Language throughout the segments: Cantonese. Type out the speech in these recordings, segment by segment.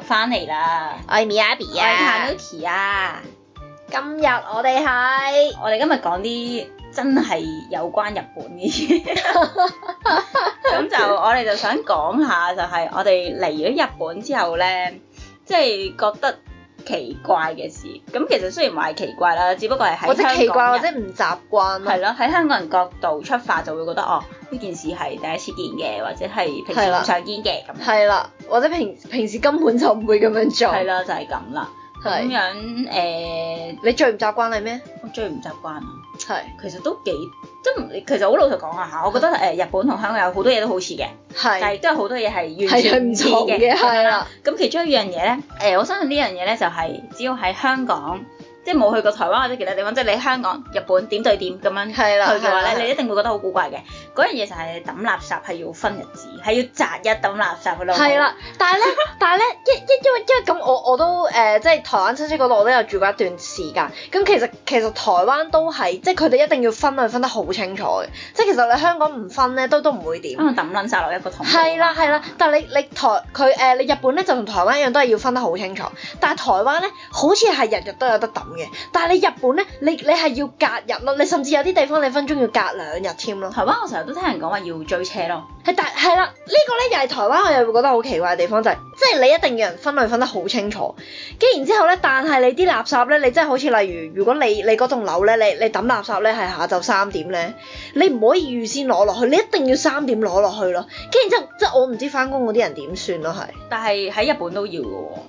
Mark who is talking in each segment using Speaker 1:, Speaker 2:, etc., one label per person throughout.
Speaker 1: 翻嚟啦，
Speaker 2: 我係 Miyabi
Speaker 1: 我係
Speaker 2: 啊，
Speaker 1: Tanuki 啊，
Speaker 2: 今日我哋係
Speaker 1: 我哋今日講啲真係有關日本嘅嘢，咁就我哋就想講下就係我哋嚟咗日本之後咧，即係覺得奇怪嘅事。咁其實雖然話係奇怪啦，只不過係
Speaker 2: 或
Speaker 1: 喺香
Speaker 2: 者
Speaker 1: 港
Speaker 2: 奇怪或
Speaker 1: 人
Speaker 2: 者唔習慣啊咯，
Speaker 1: 係咯，喺香港人角度出發就會覺得哦，呢件事係第一次見嘅，或者係平時
Speaker 2: 係啦
Speaker 1: 唔常見嘅咁樣。
Speaker 2: 係啦，或者平平時根本就唔會咁樣做，
Speaker 1: 係啦，就係咁啦。咁
Speaker 2: 係
Speaker 1: 樣誒、
Speaker 2: 你最唔習慣係咩？
Speaker 1: 我最唔習慣啊
Speaker 2: 係
Speaker 1: 其實都幾即係唔其實好老實講啊嚇，我覺得誒、日本同香港有好多嘢都好似嘅，但
Speaker 2: 係
Speaker 1: 係亦都有好多嘢係完
Speaker 2: 係
Speaker 1: 全
Speaker 2: 唔
Speaker 1: 唔似
Speaker 2: 同 嘅，係啦，
Speaker 1: 咁其中一樣嘢咧，誒、我相信呢樣嘢咧就係、只要喺香港，即係冇去過台灣或者其他地方，即係你喺香港、日本點對點咁樣去
Speaker 2: 係啦
Speaker 1: 嘅
Speaker 2: 係啦
Speaker 1: 話
Speaker 2: 係啦
Speaker 1: 咧，你一定會覺得好古怪嘅。嗰樣嘢就係抌垃圾係要分日子，係要擇日抌垃圾嘅咯。
Speaker 2: 係，啦，但係咧，但係咧，因因因為因為咁，我我都誒、呃即係台灣親戚嗰度，我都有住過一段時間。咁其實其實台灣都係，即係佢哋一定要分類分得好清楚嘅。即係其實你香港唔分咧，都都唔會點。
Speaker 1: 咁抌撚晒落一個桶。
Speaker 2: 係啦係啦，但係你你台佢誒、呃你日本咧就同台灣一樣，都係要分得好清楚。但係台灣咧，好似係日日都有得抌嘅。但係你日本咧，你你係要隔日咯，你甚至有啲地方你分鐘要隔兩日添咯。
Speaker 1: 台灣我成日都聽人講話要追車咯，
Speaker 2: 係但係啦，呢、個咧又係台灣我又會覺得好奇怪嘅地方就係、即係你一定要人分類分得好清楚，跟然之後咧，但係你啲垃圾咧，你真係好似例如，如果你你嗰棟樓咧，你你抌垃圾咧係下晝三點咧，你唔可以預先攞落去，你一定要三點攞落去咯。跟然之後，即係我唔知翻工嗰啲人點算咯，係
Speaker 1: 但係喺日本都要嘅喎。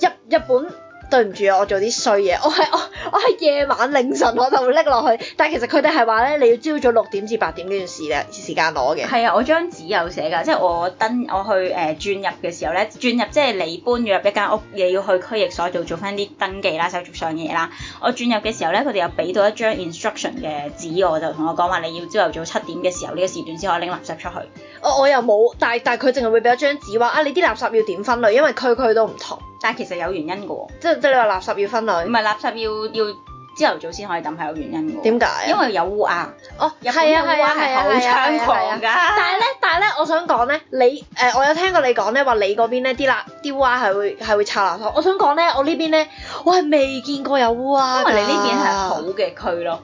Speaker 2: 日日本。對唔住啊！我做啲衰嘢，我係我我係夜晚凌晨我就會拎落去，但係其實佢哋係話咧，你要朝早六點至八點呢段時咧時間攞嘅，
Speaker 1: 係啊，我張紙有寫㗎，即係我登我去誒、呃、轉入嘅時候咧，轉入即係你搬咗入一間屋，你要去區役所度做翻啲登記啦、手續上嘅嘢啦。我轉入嘅時候咧，佢哋有俾到一張 instruction 嘅紙我，就同我講話你要朝頭早七點嘅時候呢、個時段先可以拎垃圾出去。
Speaker 2: 我我又冇，但係但係佢淨係會俾一張紙話啊，你啲垃圾要點分類，因為區區都唔同，
Speaker 1: 但係其實有原因㗎喎，
Speaker 2: 即係即係你話垃圾要分
Speaker 1: 唔
Speaker 2: 類，
Speaker 1: 係垃圾要要朝頭早先可以抌係有原因㗎喎。
Speaker 2: 點解？啊
Speaker 1: 因為有烏鴉，
Speaker 2: 哦，
Speaker 1: 日本
Speaker 2: 係
Speaker 1: 嘅
Speaker 2: 啊
Speaker 1: 烏
Speaker 2: 係啊
Speaker 1: 鴉
Speaker 2: 係
Speaker 1: 係
Speaker 2: 啊
Speaker 1: 好
Speaker 2: 係啊係
Speaker 1: 猖
Speaker 2: 啊
Speaker 1: 狂
Speaker 2: 係啊！
Speaker 1: 㗎。
Speaker 2: 但係咧，但係咧，我想講咧，你誒、呃我有聽過你講咧話，你嗰邊咧啲垃啲烏鴉係會係會拆垃圾。我想講咧，我呢邊咧，我係未見過有烏鴉
Speaker 1: 因
Speaker 2: 㗎。
Speaker 1: 為你呢邊係好嘅區 咯，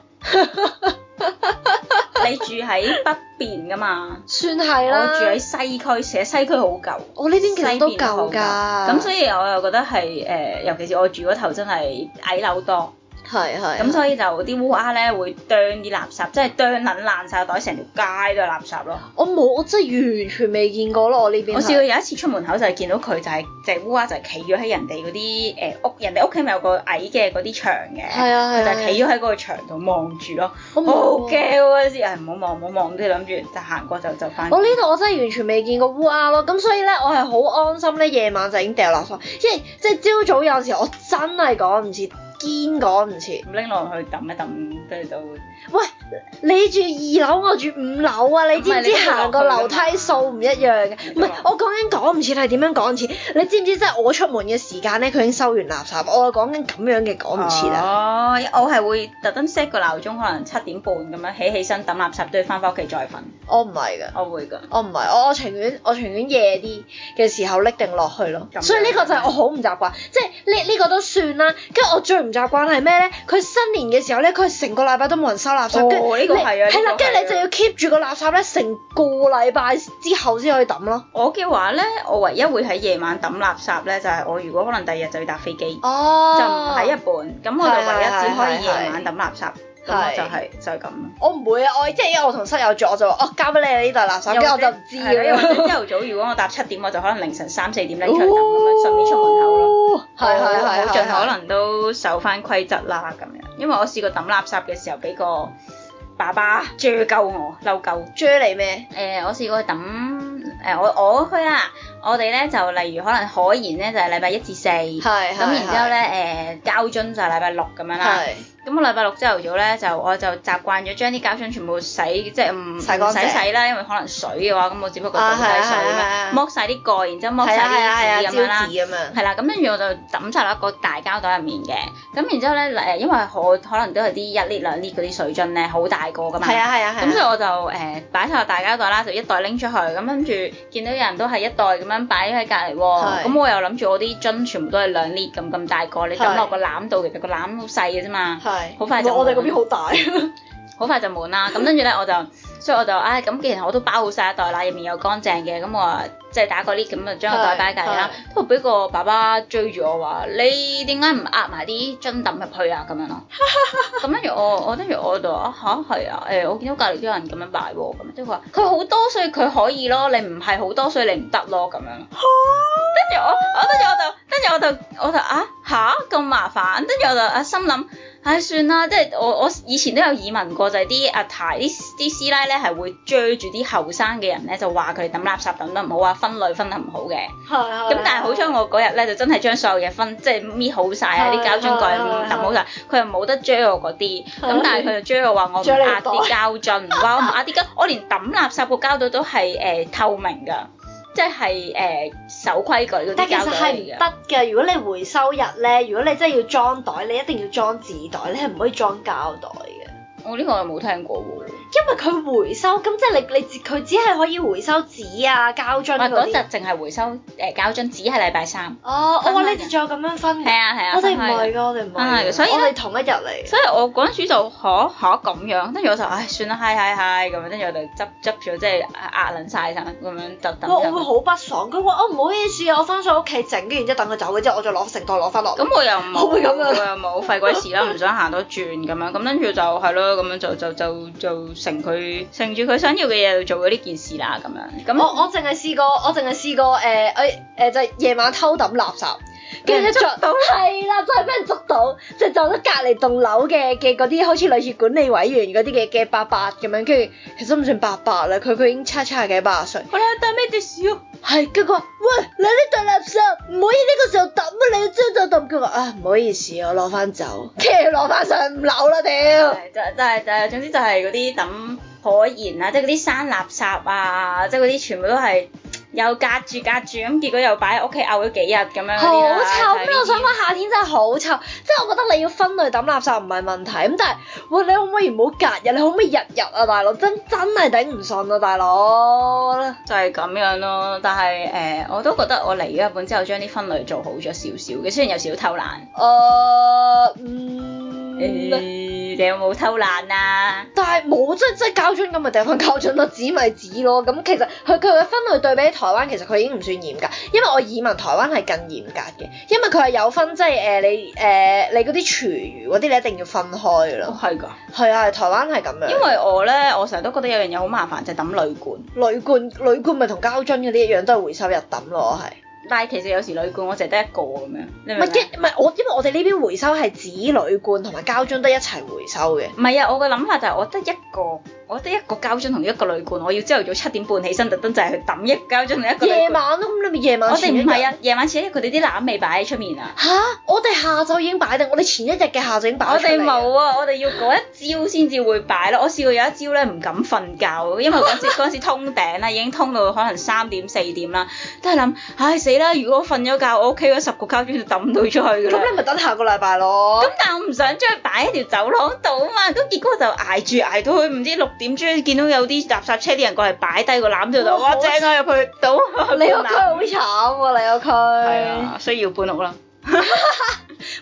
Speaker 1: 你住喺北邊㗎嘛。
Speaker 2: 算係
Speaker 1: 我
Speaker 2: 啦。
Speaker 1: 住喺西區，其實西區好舊，
Speaker 2: 我呢邊其實都
Speaker 1: 西邊好
Speaker 2: 舊㗎。
Speaker 1: 咁所以我又覺得係誒、呃尤其是我住嗰頭真係矮樓多，
Speaker 2: 係係。啊
Speaker 1: 咁所以就啲烏鴉咧會啄啲垃圾，即係啄撚爛晒袋，成條街都係垃圾咯。
Speaker 2: 我冇，我真係完全未見過咯。我呢邊
Speaker 1: 我
Speaker 2: 係
Speaker 1: 試過有一次出門口就係見到佢就係隻烏鴉就係企咗喺人哋嗰啲誒屋，人哋屋企咪有個矮嘅嗰啲牆嘅，
Speaker 2: 係啊係
Speaker 1: 佢
Speaker 2: 啊
Speaker 1: 就係企咗喺嗰個牆度望住咯，
Speaker 2: 我冇
Speaker 1: 好
Speaker 2: 喎
Speaker 1: 驚啊！啲人唔好望唔好望，跟住諗住就行過就就翻。
Speaker 2: 我呢度我真係完全未見過烏鴉咯，咁所以咧我係好安心咧，夜晚就已經掉垃圾，因為即係朝早有時我真係趕唔切，堅趕唔切。
Speaker 1: 拎落去抌一抌，跟住就會。
Speaker 2: 喂，你住二樓，我住五樓啊！你知唔知
Speaker 1: 唔係你都要
Speaker 2: 行個樓梯數唔一樣嘅？唔
Speaker 1: 你都要落
Speaker 2: 係，我講緊趕唔切係點樣趕唔切？你知唔知即係我出門嘅時間咧，佢已經收完垃圾，我係講緊咁樣嘅趕唔切啊！
Speaker 1: 哦，我係會特登 set 個鬧鐘，可能七點半咁樣起起身抌垃圾，都要翻返屋企再瞓。
Speaker 2: 我唔係㗎。
Speaker 1: 我會㗎。
Speaker 2: 我唔係，我我情願我情願夜啲嘅時候拎定落去咯
Speaker 1: 咁。樣
Speaker 2: 所以呢個就係我好唔習慣，即係呢呢個都算啦。跟住我最唔習慣係咩咧？佢新年嘅時候咧，佢成個禮拜都冇人收垃圾，
Speaker 1: 哦
Speaker 2: 跟住
Speaker 1: 呢個
Speaker 2: 你
Speaker 1: 係啊呢個
Speaker 2: 係啦，
Speaker 1: 係啊
Speaker 2: 跟住你就要 keep 住個垃圾咧，成個禮拜之後先可以抌咯。
Speaker 1: 我嘅話咧，我唯一會喺夜晚抌垃圾咧，就係、我如果可能第二日就要搭飛機，
Speaker 2: 哦，
Speaker 1: 就唔喺日本，咁我
Speaker 2: 係
Speaker 1: 就唯一
Speaker 2: 係
Speaker 1: 只可以夜
Speaker 2: 係
Speaker 1: 晚抌垃圾。咁
Speaker 2: 係
Speaker 1: 我就係、就係咁咯。
Speaker 2: 我唔會啊！我即係因為我同室友住，我就話哦交俾你啊呢袋垃圾，跟住我就唔知啊
Speaker 1: 係啦又 或者
Speaker 2: 咁樣。
Speaker 1: 朝頭早如果我搭七點，我就可能凌晨三四點拎出去抌咁樣，順便出門口咯。
Speaker 2: 咯。係係係
Speaker 1: 我
Speaker 2: 係
Speaker 1: 盡
Speaker 2: 係
Speaker 1: 可能都守翻規則啦咁樣，因為我試過抌垃圾嘅時候俾個爸爸追鳩我，嬲鳩。
Speaker 2: 追你咩？
Speaker 1: 誒、我試過抌誒、我我嗰區啦，我哋咧就例如可能可言咧就係禮拜一至四，咁
Speaker 2: 係係
Speaker 1: 然之後咧誒、膠樽就係禮拜六咁樣啦。
Speaker 2: 係
Speaker 1: 咁我禮拜六朝頭早咧就我就習慣咗將啲膠樽全部洗，即係唔唔
Speaker 2: 洗乾淨
Speaker 1: 使洗啦，因為可能水嘅話，咁我只不過
Speaker 2: 啊
Speaker 1: 倒低水
Speaker 2: 係啊係啊
Speaker 1: 咁樣，剝晒啲蓋，然之後剝
Speaker 2: 係
Speaker 1: 晒
Speaker 2: 啊係啊係
Speaker 1: 啲紙
Speaker 2: 啊，
Speaker 1: 咁樣啦
Speaker 2: 招紙。咁樣。
Speaker 1: 係啦，咁跟住我就抌晒落一個大膠袋入面嘅，咁然之後咧誒，因為我可能都係啲一 lit 兩 lit 嗰啲水樽咧，好大個噶嘛，
Speaker 2: 係啊係啊
Speaker 1: 咁
Speaker 2: 係
Speaker 1: 所以
Speaker 2: 啊。
Speaker 1: 我就誒擺晒落大膠袋啦，就一袋拎出去，咁跟住見到有人都係一袋咁樣擺喺隔離喎，
Speaker 2: 係
Speaker 1: 咁我又諗住我啲樽全部都係兩 lit 咁咁大個，你抌
Speaker 2: 係
Speaker 1: 落個籃度，其實個籃好細嘅啫嘛，
Speaker 2: 係
Speaker 1: 好快就
Speaker 2: 我哋嗰邊好大。
Speaker 1: 好快就滿啦。咁跟住咧我就，所以我就唉，咁、既然我都包好晒一袋啦，入面又乾淨嘅，咁我啊即係打個 lit 咁就 將個袋擺喺隔離啦。不過俾個爸爸追住我話：你點解唔壓埋啲樽抌入去啊？咁樣咯。咁跟住我，我跟住我就啊吓，係啊，誒、我見到隔離都有人咁樣擺喎，咁即係佢話佢好多所以佢可以咯，你唔係好多所以你唔得咯咁樣。跟住我，我跟住我就，跟住我就，我就啊吓咁麻煩，跟住我就啊心諗，唉、算啦，即係我我以前都有耳聞過，就係啲阿太啲啲師奶咧係會追住啲後生嘅人咧，就話佢哋抌垃圾抌得唔好啊，分類分得唔好嘅。
Speaker 2: 係係。
Speaker 1: 咁但係好彩我嗰日咧就真係將所有嘢分即係搣好晒啊，
Speaker 2: 係
Speaker 1: 啲膠樽蓋
Speaker 2: 係係
Speaker 1: 抌好晒，佢又冇得追我嗰啲，咁但係佢就追我話我唔
Speaker 2: 追你
Speaker 1: 壓
Speaker 2: 袋
Speaker 1: 啲膠 樽，話我唔壓啲膠，我連抌垃圾個膠袋都係誒、呃透明㗎，即係誒、呃守規矩嗰啲
Speaker 2: 但其
Speaker 1: 膠
Speaker 2: 實
Speaker 1: 袋
Speaker 2: 係
Speaker 1: 嚟
Speaker 2: 唔
Speaker 1: 㗎。
Speaker 2: 得嘅，如果你回收日咧，如果你真係要裝袋，你一定要裝紙袋，你係唔可以裝膠袋嘅，
Speaker 1: 我呢個我冇聽過喎。
Speaker 2: 因為佢回收，咁即係你你只佢只係可以回收紙啊、膠樽
Speaker 1: 我嗰
Speaker 2: 嗰
Speaker 1: 日
Speaker 2: 啲。
Speaker 1: 淨係回收誒、呃膠樽，只係禮拜三。
Speaker 2: 哦，我
Speaker 1: 分
Speaker 2: 話
Speaker 1: 開
Speaker 2: 你哋仲有咁樣分
Speaker 1: 係
Speaker 2: 嘅，
Speaker 1: 啊係啊，
Speaker 2: 我哋
Speaker 1: 分
Speaker 2: 唔
Speaker 1: 開㗎
Speaker 2: 係㗎，我哋唔
Speaker 1: 分開
Speaker 2: 係
Speaker 1: 嘅
Speaker 2: 㗎，
Speaker 1: 所以咧
Speaker 2: 我哋同一日嚟嘅。
Speaker 1: 所以我嗰陣時就嚇嚇咁樣，跟住我就唉算啦，嗨嗨嗨咁樣，跟住我就執執咗，即係壓撚晒晒咁樣就等
Speaker 2: 哇！我會
Speaker 1: 咗。
Speaker 2: 好不爽，佢話我唔好意思啊，我翻上屋企整，跟住然之後等佢走，跟住之後我再攞成袋攞翻落。
Speaker 1: 咁我又冇，
Speaker 2: 我會咁樣
Speaker 1: 我又冇費鬼事啦，唔想行多轉咁樣，咁跟住就係咯，咁樣就就就就成佢乘住佢想要嘅嘢就做咗呢件事啦，咁樣咁
Speaker 2: 我我淨係試過，我淨係試過誒誒誒，就係夜晚偷抌垃圾，跟住
Speaker 1: 俾
Speaker 2: 一
Speaker 1: 人捉到
Speaker 2: 係啦，真係俾人捉到，就走咗隔離棟樓嘅嘅嗰啲，好似類似管理委員嗰啲嘅嘅伯伯咁樣，跟住其實都唔算伯伯啦，佢佢已經差差幾八十歲，
Speaker 1: 我哋有帶咩啲事啊？
Speaker 2: 係跟住佢話：喂，你呢袋垃圾唔可以呢個時候抌啊，你將就抌。佢話：啊，唔好意思，我攞翻走， 跟住攞翻上五樓啦，屌！
Speaker 1: 係就就係就係總之就係嗰啲抌可燃啊，即係嗰啲生垃圾啊，即係嗰啲全部都係又隔住隔住咁，結果又擺喺屋企漚咗幾日咁樣嗰
Speaker 2: 好
Speaker 1: 啲
Speaker 2: 啊
Speaker 1: 啦。
Speaker 2: 臭！
Speaker 1: 就係呢
Speaker 2: 咩？
Speaker 1: 啲
Speaker 2: 我想講夏天真係好臭，即係我覺得你要分類抌垃圾唔係問題，咁但係，喂，你可唔可以唔好隔日？你可唔可以日日啊，大佬？真真係頂唔順啊，大佬！
Speaker 1: 就係咁樣咯，但係誒、呃我都覺得我嚟咗日本之後，將啲分類做好咗少少嘅，雖然有少少偷懶。
Speaker 2: 誒，呃嗯，
Speaker 1: 誒你有冇偷懶啊？
Speaker 2: 但係冇即係即係膠樽咁咪掉翻膠樽咯，紙咪紙咯。咁其實佢佢嘅分類對比台灣，其實佢已經唔算嚴格，因為我耳聞台灣係更嚴格嘅，因為佢係有分即係誒、你誒、你嗰啲廚餘嗰啲你一定要分開
Speaker 1: 哦
Speaker 2: 咯。，
Speaker 1: 係㗎。
Speaker 2: 係啊，係台灣係咁樣。
Speaker 1: 因為我咧，我成日都覺得有樣嘢好麻煩，就係抌鋁罐。
Speaker 2: 鋁罐鋁罐咪同膠樽嗰啲一樣，都係回收日抌咯，我係。
Speaker 1: 但係其實有時鋁罐我淨係得一個咁樣，你明唔明
Speaker 2: 唔係
Speaker 1: 啊？
Speaker 2: 一唔係我，因為我哋呢邊回收係紙鋁罐同埋膠樽都一齊回收嘅。
Speaker 1: 唔係啊，我嘅諗法就係我得一個，我得一個膠樽同一個鋁罐，我要朝頭早七點半起身，特登就係去抌一個膠樽同一個
Speaker 2: 夜
Speaker 1: 鋁罐。
Speaker 2: 晚咯，咁你咪夜晚
Speaker 1: 我哋
Speaker 2: 前一
Speaker 1: 唔
Speaker 2: 日。
Speaker 1: 係啊，夜晚前一日佢哋啲攬未擺喺出面啊。
Speaker 2: 吓！我哋下晝已經擺定，我哋前一日嘅下晝已經擺
Speaker 1: 我
Speaker 2: 咗出
Speaker 1: 哋
Speaker 2: 嚟啊
Speaker 1: 冇啊，我哋要嗰一朝先至會擺咯。我試過有一朝咧唔敢瞓覺，因為嗰陣時 嗰陣時通頂啦，已經通到可能三點四點啦，都係諗，唉死啦！如果我瞓咗覺，我屋企嗰十個膠樽就抌到出去㗎啦
Speaker 2: 咁。你咪等下個禮拜咯。
Speaker 1: 咁但係我唔想將佢擺喺條走廊度啊嘛，咁結果就捱住捱到去唔知六點鐘，見到有啲垃圾車啲人過嚟擺低個籃度就，
Speaker 2: 哇
Speaker 1: 哇
Speaker 2: 好
Speaker 1: 正啊入去到，
Speaker 2: 你個啊
Speaker 1: 搬
Speaker 2: 區
Speaker 1: 籃
Speaker 2: 好慘喎，你個區。
Speaker 1: 係啊，需要搬屋啦。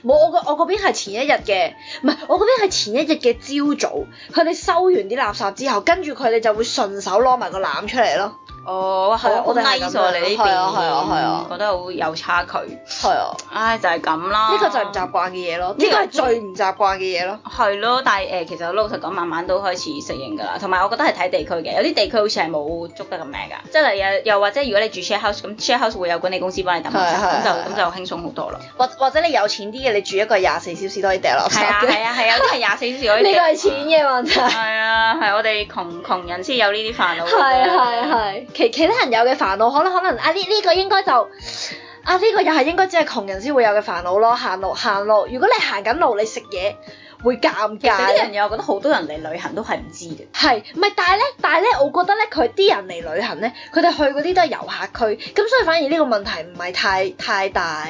Speaker 2: 冇我個我嗰邊係前一日嘅，唔係我嗰邊係前一日嘅朝早，佢哋收完啲垃圾之後，跟住佢哋就會順手攞埋個籃出嚟咯。
Speaker 1: 哦，
Speaker 2: 係啊
Speaker 1: 好
Speaker 2: 我哋
Speaker 1: nice
Speaker 2: 係咁樣
Speaker 1: 喎你呢邊，
Speaker 2: 係啊係啊係啊
Speaker 1: 覺得好有差距。
Speaker 2: 係啊。
Speaker 1: 唉，就係咁啦。
Speaker 2: 呢個就係唔習慣嘅嘢咯，
Speaker 1: 呢
Speaker 2: 呢
Speaker 1: 個
Speaker 2: 個係最唔習慣嘅嘢咯。
Speaker 1: 係咯，但係誒、其實老實講，慢慢都開始適應㗎啦。同埋我覺得係睇地區嘅，有啲地區好似係冇捉得咁咩㗎，即係又又或者如果你住 share house，咁 share house 會有管理公司幫你抌垃圾，
Speaker 2: 係係
Speaker 1: 咁就
Speaker 2: 係
Speaker 1: 咁就輕鬆好多啦。
Speaker 2: 或或者你有錢啲嘅，你住一個廿四小時都可以掉垃圾
Speaker 1: 係 啊係
Speaker 2: 嘅。
Speaker 1: 啊係啊，都係廿四小時 可以
Speaker 2: 呢個
Speaker 1: 掟
Speaker 2: 係錢嘅問題。係
Speaker 1: 係啊，係我哋窮窮人先有呢啲煩惱㗎啫。
Speaker 2: 係係，其其他人有嘅煩惱，可能可能啊呢呢個應該就啊呢個又係應該只係窮人先會有嘅煩惱咯。行路行路，如果你行緊路，你食嘢，會尷
Speaker 1: 其實呢樣
Speaker 2: 尬。
Speaker 1: 嘢，我覺得好多人嚟旅行都係唔知嘅。
Speaker 2: 係，唔係？但係咧，但係咧，我覺得咧，佢啲人嚟旅行咧，佢哋去嗰啲都係遊客區，咁所以反而呢個問題唔係太太大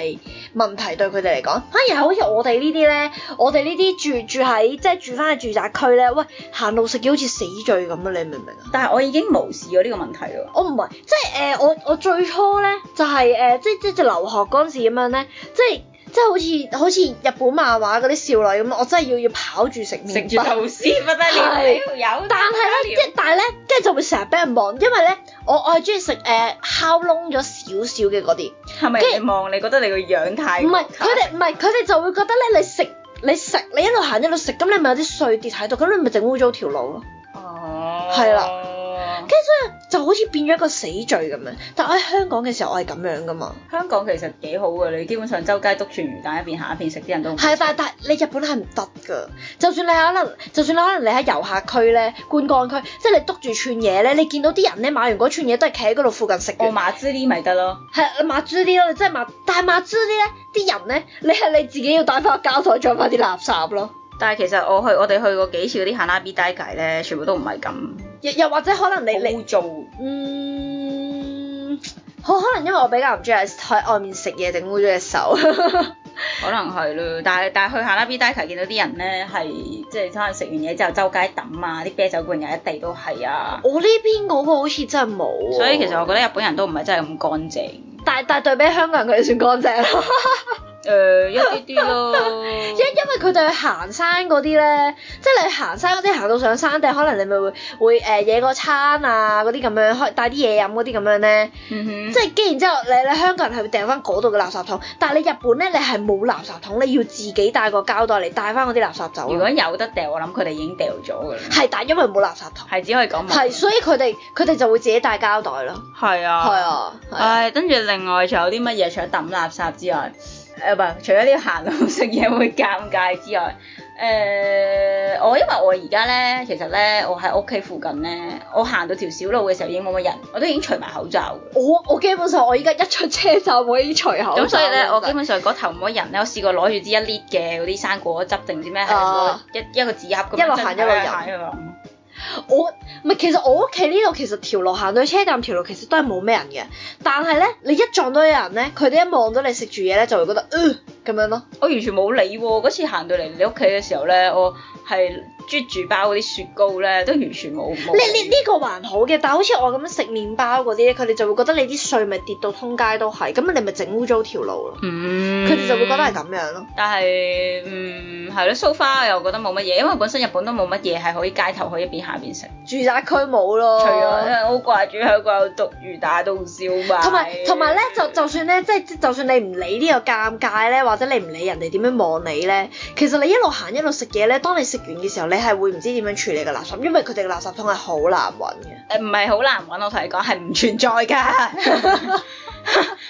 Speaker 2: 問題對佢哋嚟講，反而係好似我哋呢啲咧，我哋呢啲住住喺即係住翻喺住宅區咧，喂，行路食嘢好似死罪咁啊！你明唔明啊？
Speaker 1: 但係我已經無視咗呢個問題咯。
Speaker 2: 我唔係，即係誒、呃我我最初咧就係、誒、即即即留學嗰陣時咁樣咧，即係即係好似好似日本漫畫嗰啲少女咁，我真係要要跑住食
Speaker 1: 食
Speaker 2: 麵
Speaker 1: 住
Speaker 2: 包。
Speaker 1: 頭絲不得了，
Speaker 2: 係
Speaker 1: 呢條友
Speaker 2: 但係咧，即係但係咧，跟住就會成日俾人望，因為咧，我我係中意食誒烤窿咗少少嘅嗰啲，
Speaker 1: 係咪你望你覺得你個樣太
Speaker 2: 唔係佢哋唔係佢哋就會覺得咧，你食你食你一路行一路食，咁你咪有啲碎跌喺度，咁你咪整污糟條路咯。
Speaker 1: 哦
Speaker 2: 係
Speaker 1: 啦
Speaker 2: 跟住所以就好似變咗一個死罪咁樣。但我喺香港嘅時候，我係咁樣噶嘛。
Speaker 1: 香港其實幾好㗎，你基本上周街篤串魚蛋一邊行一邊食，啲人都唔
Speaker 2: 係啊，但係但係你日本係唔得㗎。就算你可能，就算你可能你喺遊客區咧、觀光區，即係你篤住串嘢咧，你見到啲人咧買完嗰串嘢都係企喺嗰度附近食
Speaker 1: 我
Speaker 2: 嘅。
Speaker 1: 麻之呢咪得咯，
Speaker 2: 係抹豬啲咯，你真係抹，但係抹豬啲咧，啲人咧，你係你自己要帶翻個膠袋裝翻啲垃圾咯。
Speaker 1: 但係其實我去我哋去過幾次嗰啲行拉 B 低界咧，全部都唔係咁
Speaker 2: 又又或者可能你你
Speaker 1: 污糟。
Speaker 2: 嗯，可可能因為我比較唔中意喺外面食嘢整污咗隻手。
Speaker 1: 可能係咯，但係但係去下啦 B d a 見到啲人咧係即係可能食完嘢之後周街抌啊，啲啤酒罐又一地都係啊，
Speaker 2: 我呢邊嗰個好似真係冇喎。
Speaker 1: 所以其實我覺得日本人都唔係真係咁乾淨，
Speaker 2: 但但對比香港人，佢哋算乾淨咯。
Speaker 1: 誒、一啲啲 咯，
Speaker 2: 因因為佢哋去行山嗰啲咧，即係你去行山嗰啲行到上山頂，可能你咪會會誒、呃野個餐啊嗰啲咁樣，可帶啲嘢飲嗰啲咁樣咧，
Speaker 1: 嗯哼，
Speaker 2: 即係既然之後你你香港人係會掟翻嗰度嘅垃圾桶，但係你日本咧你係冇垃圾桶，你要自己帶個膠袋嚟帶翻嗰啲垃圾走
Speaker 1: 如
Speaker 2: 咯。
Speaker 1: 果有得掉，我諗佢哋已經掉咗㗎啦，
Speaker 2: 係，但因為冇垃圾桶，
Speaker 1: 係只可以講冇
Speaker 2: 係所以佢哋佢哋就會自己帶膠袋咯。
Speaker 1: 係啊，
Speaker 2: 係。啊，係啊。
Speaker 1: 唉，跟住另外仲有啲乜嘢？除咗抌垃圾之外，呃誒唔係，除咗呢個行路食嘢會尷尬之外，誒、我因為我而家咧，其實咧，我喺屋企附近咧，我行到條小路嘅時候已經冇乜人，我都已經除埋口罩㗎。
Speaker 2: 我我基本上我依家一出車站我已經除口罩啦。
Speaker 1: 咁所以咧，我基
Speaker 2: 啊真係
Speaker 1: 本上嗰頭冇乜人咧，我試過攞住支一 lit 嘅嗰啲生果汁定唔知咩，係
Speaker 2: 啊
Speaker 1: 攞一一個紙盒咁
Speaker 2: 一路行一路飲
Speaker 1: 行一路飲
Speaker 2: 我唔係，其實我屋企呢度其實條路行到去車站條路其實都係冇咩人嘅，但係咧你一撞到有人咧，佢哋一望到你食住嘢咧就會覺得，呃咁樣咯。
Speaker 1: 我完全冇理喎，嗰次行到嚟你屋企嘅時候咧，我係啜住包嗰啲雪糕咧，都完全冇冇。
Speaker 2: 你你呢個還好嘅，但係好似我咁樣食麵包嗰啲咧，佢哋就會覺得你啲碎咪跌到通街都係，咁你咪整污糟條路咯。
Speaker 1: 嗯，
Speaker 2: 佢哋就會覺得係。咁樣咯。
Speaker 1: 但係嗯係咯，so far 又覺得冇乜嘢，因為本身日本都冇乜嘢係可以街頭可以一邊下邊食，
Speaker 2: 住宅區冇咯。
Speaker 1: 除咗因為我好掛住香港有毒魚打到燒賣，
Speaker 2: 同埋同埋咧，就就算咧，即係即就算你唔理呢個尷尬咧，或者你唔理人哋點樣望你咧，其實你一路行一路食嘢咧，當你食完嘅時候，你係會唔知點樣處理個垃圾，因為佢哋嘅垃圾桶係好難揾嘅。
Speaker 1: 呃誒唔係好難揾，我同你講係唔存在 㗎。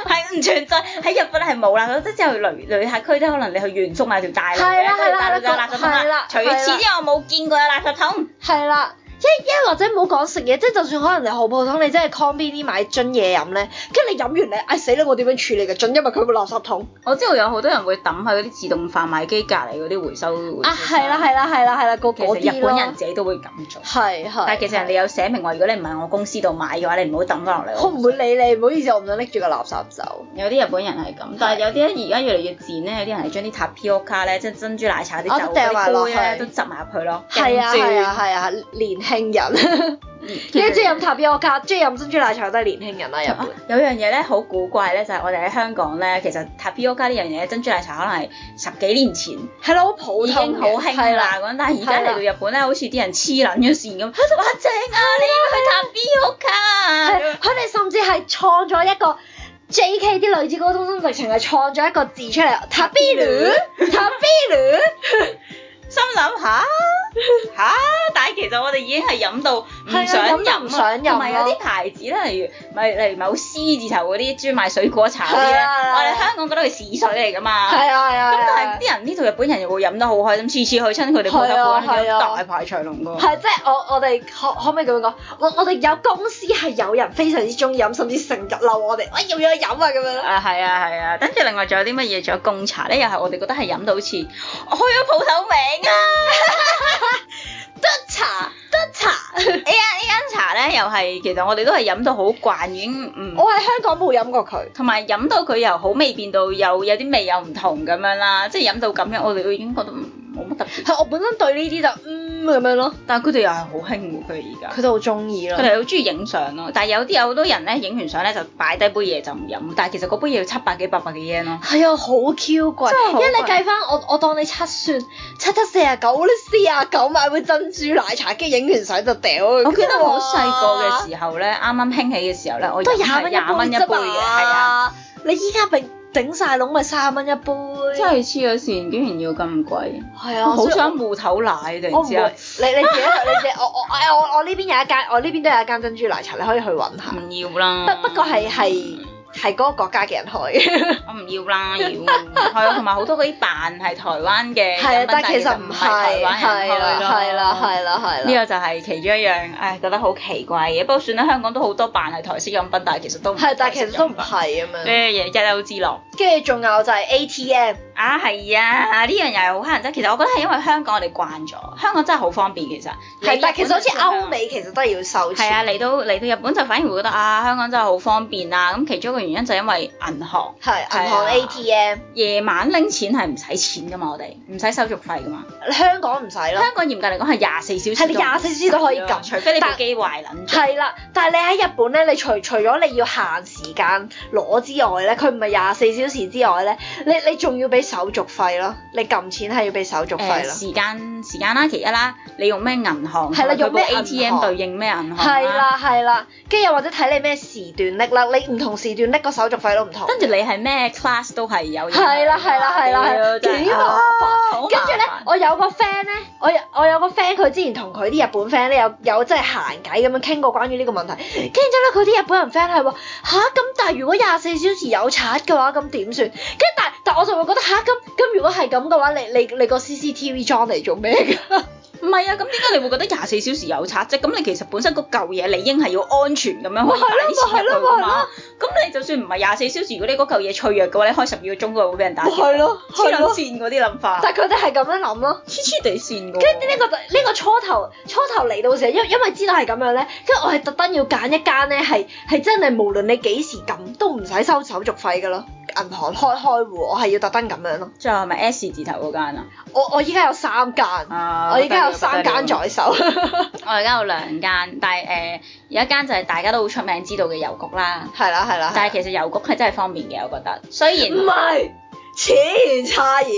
Speaker 1: 係唔存在喺日本係冇啦，即係之後旅旅客區都可能你去原宿買條大路嘅，
Speaker 2: 係啦
Speaker 1: 跟
Speaker 2: 係
Speaker 1: 住
Speaker 2: 啦
Speaker 1: 大路有垃
Speaker 2: 係啦
Speaker 1: 圾桶
Speaker 2: 係啦
Speaker 1: 啦。除此之外，我冇見過有垃圾桶。
Speaker 2: 係啦。一一或者唔好講食嘢，即係就算可能你好普通，你真係 con b 啲買樽嘢飲咧，跟住你飲完你，唉死啦！我點樣處理嘅樽？因為佢個垃圾桶
Speaker 1: 我知道有好多人會抌喺嗰啲自動販賣機隔離嗰啲回收回收
Speaker 2: 啊，係啦係啦係啦係啦，個
Speaker 1: 其
Speaker 2: 嗰
Speaker 1: 實
Speaker 2: 啲
Speaker 1: 日本人
Speaker 2: 咯，
Speaker 1: 自己都會咁做。
Speaker 2: 係係。
Speaker 1: 但係其實人哋有寫明話，如果你唔係我公司度買嘅話，你唔好抌翻落嚟。
Speaker 2: 我唔會理你，唔好意思，我唔想拎住個垃圾走。
Speaker 1: 有啲日本人係咁，但係有啲咧而家越嚟越賤咧，有啲人係將啲塔皮屋卡咧，即係珍珠奶茶啲
Speaker 2: 啊都
Speaker 1: 酒
Speaker 2: 掉埋
Speaker 1: 嗰啲
Speaker 2: 落去
Speaker 1: 杯咧，都執埋入去咯。
Speaker 2: 係啊
Speaker 1: 勁
Speaker 2: 係
Speaker 1: 賤
Speaker 2: 啊，係啊，年 輕人，
Speaker 1: 其
Speaker 2: 因為
Speaker 1: 實
Speaker 2: 中意飲塔比我卡，中意飲珍珠奶茶都係年輕人啦，日
Speaker 1: 啊
Speaker 2: 本。
Speaker 1: 有樣嘢咧好古怪咧，就係我哋喺香港咧，其實塔皮屋卡呢樣嘢，珍珠奶茶可能係十幾年前
Speaker 2: 係啦，好普通
Speaker 1: 已經好興
Speaker 2: 係啊
Speaker 1: 啦
Speaker 2: 啦，
Speaker 1: 咁，但係而家
Speaker 2: 係
Speaker 1: 嚟
Speaker 2: 啦
Speaker 1: 到日本咧，好似啲人黐撚咗線咁， 哇正啊！你要去塔皮屋卡
Speaker 2: 係
Speaker 1: 啊！
Speaker 2: 佢哋甚至係創咗一個 J.K. 啲女子高中生直情係創咗一個字出嚟，塔比魯，塔比魯。
Speaker 1: 心諗吓吓大件其實我哋已經係飲到唔
Speaker 2: 係啊
Speaker 1: 想
Speaker 2: 飲到
Speaker 1: 飲
Speaker 2: 唔想飲咯
Speaker 1: 同埋有啲牌子咧，例如咪例如某 C 字頭嗰啲專賣水果茶嗰啲咧，
Speaker 2: 係啊
Speaker 1: 我哋香港覺得佢屎水嚟㗎 嘛。
Speaker 2: 係啊係啊，
Speaker 1: 咁
Speaker 2: 係啊
Speaker 1: 但係啲人呢度日本人又會飲得好開心，次次去親佢哋鋪頭
Speaker 2: 係啊
Speaker 1: 鋪頭
Speaker 2: 係啊
Speaker 1: 大排長龍㗎喎。
Speaker 2: 係即係我我哋可可唔可以咁樣講？我我哋有公司係有人非常之中意飲，甚至成日鬧我哋，我要唔要飲啊咁樣。
Speaker 1: 啊，係啊，係啊，跟住另外仲有啲乜嘢？仲有貢茶咧，又係我哋覺得係飲到好似我開咗鋪頭名啊！
Speaker 2: 得茶得茶，
Speaker 1: 呢間呢間茶咧，又係其實我哋都係飲到好慣，已經唔
Speaker 2: 我喺香港冇飲過佢。
Speaker 1: 同埋飲到佢又好味變到又有啲味又唔同咁樣啦，即係飲到咁樣，我哋已經覺得嗯冇乜特別。
Speaker 2: 係我本身對呢啲就嗯咁樣咯，
Speaker 1: 但係佢哋又係好興喎，佢哋而家
Speaker 2: 佢。都好中意
Speaker 1: 佢
Speaker 2: 咯。
Speaker 1: 哋好中意影相咯，但係有啲有好多人咧影完相咧就擺低杯嘢就唔飲，但係其實嗰杯嘢要七百幾八百幾 yen 咯。
Speaker 2: 係啊，好 Q 貴，
Speaker 1: 真係好
Speaker 2: 因為你
Speaker 1: 貴
Speaker 2: 計翻我，我當你七算七七四啊九，你四啊九買杯珍珠奶茶，跟住影完相就掉佢。
Speaker 1: 我記得我
Speaker 2: 哇
Speaker 1: 細個嘅時候咧，啱啱興起嘅時候咧，我
Speaker 2: 都係
Speaker 1: 飲係
Speaker 2: 廿蚊一杯
Speaker 1: 廿
Speaker 2: 啫
Speaker 1: 嘅，係啊，
Speaker 2: 嘛。你依家咪頂晒籠咪三十蚊一杯。
Speaker 1: 真係黐咗線，竟然要咁貴，我
Speaker 2: 係啊，
Speaker 1: 好
Speaker 2: 所以
Speaker 1: 想芋頭奶突然
Speaker 2: 我唔
Speaker 1: 之
Speaker 2: 會，你
Speaker 1: 間。
Speaker 2: 你自己去，你自己我我誒我我呢邊有一間，我呢邊都有一間珍珠奶茶，你可以去揾下。
Speaker 1: 唔要啦，
Speaker 2: 不不過係係係嗰個國家嘅人開嘅，
Speaker 1: 我唔要啦，要係啊，同埋好多嗰啲扮係台灣嘅
Speaker 2: 係
Speaker 1: 飲
Speaker 2: 啊
Speaker 1: 品，
Speaker 2: 但係其實
Speaker 1: 實
Speaker 2: 唔
Speaker 1: 係台
Speaker 2: 係，
Speaker 1: 灣
Speaker 2: 係
Speaker 1: 人
Speaker 2: 啦
Speaker 1: 開咯，哦
Speaker 2: 係啦係啦係
Speaker 1: 呢
Speaker 2: 啦。
Speaker 1: 個就係其中一樣，唉，覺得好奇怪嘅。不過算啦，香港都好多扮係台式飲品，但係其實都唔
Speaker 2: 係，但係其實都唔
Speaker 1: 台式
Speaker 2: 係咁
Speaker 1: 飲品
Speaker 2: 樣。
Speaker 1: 呢樣嘢一丘之貉
Speaker 2: 跟住仲有就係 ATM，
Speaker 1: 啊，係啊，呢樣又係好乞人憎。其實我覺得係因為香港我哋慣咗，香港真係好方便其實。
Speaker 2: 係，但係其實好似歐
Speaker 1: 美。
Speaker 2: 美其實都係要收
Speaker 1: 係啊，
Speaker 2: 錢。
Speaker 1: 嚟到嚟到日本就反而會覺得啊，香港真係好方便啊！咁其中一個原因就係因為銀行
Speaker 2: 係銀行
Speaker 1: 係啊
Speaker 2: ATM，
Speaker 1: 夜晚拎錢係唔使錢噶嘛，我哋唔使手續費噶嘛。
Speaker 2: 香港唔使咯。
Speaker 1: 香港嚴格嚟講係廿四小時，
Speaker 2: 係你24小時都可以撳
Speaker 1: 除非你部
Speaker 2: 但
Speaker 1: 機壞撚咗。
Speaker 2: 係啦，但係你喺日本咧，你除除咗你要限時間攞之外咧，佢唔係廿四小時之外咧，你你仲要俾手續費咯，你撳錢係要俾手續
Speaker 1: 誒
Speaker 2: 費咯。
Speaker 1: 時間時間啦，其一啦，你用咩銀行？
Speaker 2: 係啦用咩
Speaker 1: 佢部
Speaker 2: 銀
Speaker 1: ATM
Speaker 2: 行
Speaker 1: 對應咩銀行？啊
Speaker 2: 係。啦係啦，跟住又或者睇你咩時段拎啦，你唔同時段拎個手續費都唔同。
Speaker 1: 跟住你係咩 class 都係有影響㗎。
Speaker 2: 係啦係啦係
Speaker 1: 屌
Speaker 2: 啦，
Speaker 1: 真
Speaker 2: 幾
Speaker 1: 係
Speaker 2: 麻
Speaker 1: 啊
Speaker 2: 煩。
Speaker 1: 好
Speaker 2: 跟住咧
Speaker 1: 麻煩，
Speaker 2: 我有個 friend 咧，我有我有個 friend，佢之前同佢啲日本 friend 咧有有即係閒偈咁樣傾過關於呢個問題。跟住之後咧，佢啲日本人 friend 係話吓，咁，但係如果廿四小時有賊嘅話，咁點算？跟住但係但我就會覺得吓，咁咁如果係咁嘅話，你你你個 CCTV 裝嚟做咩㗎？
Speaker 1: 唔係啊，咁點解你會覺得廿四小時有賊啫？咁你其實本身嗰嚿嘢理應係要安全咁樣可以擺啲錢入去㗎
Speaker 2: 咪係咯咪係
Speaker 1: 嘛
Speaker 2: 咯。
Speaker 1: 咁你就算唔係廿四小時，如果你嗰嚿嘢脆弱嘅話，你開十二個鐘都會俾人打劫。
Speaker 2: 係咯
Speaker 1: 黐
Speaker 2: 係
Speaker 1: 撚
Speaker 2: 咯，
Speaker 1: 線嗰啲諗法，
Speaker 2: 但係佢哋係咁樣諗咯。
Speaker 1: 黐黐地線㗎。
Speaker 2: 跟住呢個就呢、個初頭初頭嚟到嘅時候，因為因為知道係咁樣咧，跟住我係特登要揀一間咧係係真係無論你幾時撳都唔使收手續費嘅咯，銀行開開戶我係要特登咁樣咯。
Speaker 1: 最後係咪 S 字頭嗰間啊？
Speaker 2: 我我依家有三間，
Speaker 1: 啊
Speaker 2: 我依家有三間在手。
Speaker 1: 我而家有兩間，但係誒、呃有一間就係大家都好出名知道嘅郵局啦。
Speaker 2: 係啦係啦，
Speaker 1: 但係其實郵局係真係方便嘅，我覺得。雖然
Speaker 2: 唔係此言差異，